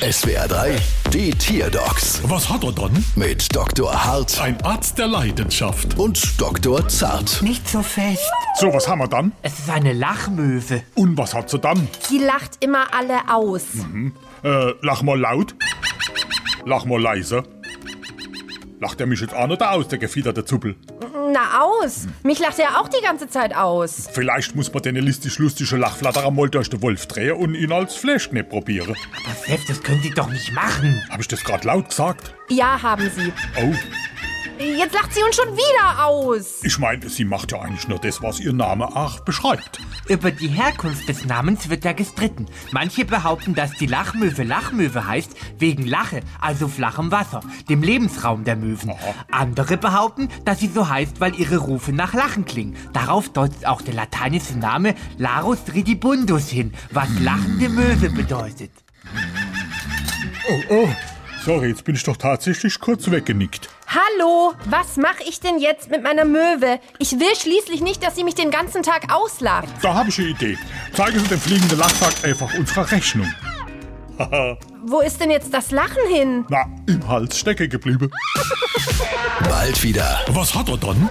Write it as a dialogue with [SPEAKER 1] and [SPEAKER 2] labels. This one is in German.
[SPEAKER 1] SWR 3, die Tierdocs
[SPEAKER 2] Was hat er dann?
[SPEAKER 1] mit Dr. Hart
[SPEAKER 2] Ein Arzt der Leidenschaft.
[SPEAKER 1] und Dr. Zart.
[SPEAKER 3] Nicht so fest.
[SPEAKER 2] So, was haben wir dann?
[SPEAKER 3] Es ist eine Lachmöwe.
[SPEAKER 2] Und was hat sie dann?
[SPEAKER 4] Die lacht immer alle aus.
[SPEAKER 2] Äh, lach mal laut. Lach mal leise. Lacht er mich jetzt an oder aus, der gefiederte Zuppel?
[SPEAKER 4] Na aus. Mich lacht er auch die ganze Zeit aus.
[SPEAKER 2] Vielleicht muss man den listisch-lustige Lachflatterer mal durch den Wolf drehen und ihn als Fleischknepp probieren.
[SPEAKER 3] Aber Seth, das können Sie doch nicht machen.
[SPEAKER 2] Hab ich das gerade laut gesagt?
[SPEAKER 4] Ja, haben sie.
[SPEAKER 2] Oh,
[SPEAKER 4] Jetzt lacht sie uns schon wieder aus.
[SPEAKER 2] ich meine, sie macht ja eigentlich nur das, was ihr Name auch beschreibt.
[SPEAKER 3] Über die Herkunft des Namens wird ja gestritten. Manche behaupten, dass die Lachmöwe Lachmöwe heißt wegen Lache, also flachem Wasser, dem Lebensraum der Möwen. Andere behaupten, dass sie so heißt, weil ihre Rufe nach Lachen klingen. Darauf deutet auch der lateinische Name Larus ridibundus hin, was lachende Möwe bedeutet.
[SPEAKER 2] Sorry, jetzt bin ich doch tatsächlich kurz weggenickt.
[SPEAKER 4] Hallo, was mache ich denn jetzt mit meiner Möwe? Ich will schließlich nicht, dass sie mich den ganzen Tag auslacht.
[SPEAKER 2] Da habe ich eine Idee. Zeige Sie dem fliegenden Lachsack einfach unsere Rechnung.
[SPEAKER 4] Wo ist denn jetzt das Lachen hin?
[SPEAKER 2] Na, im Hals stecken geblieben.
[SPEAKER 1] Bald wieder.
[SPEAKER 2] Was hat er dann?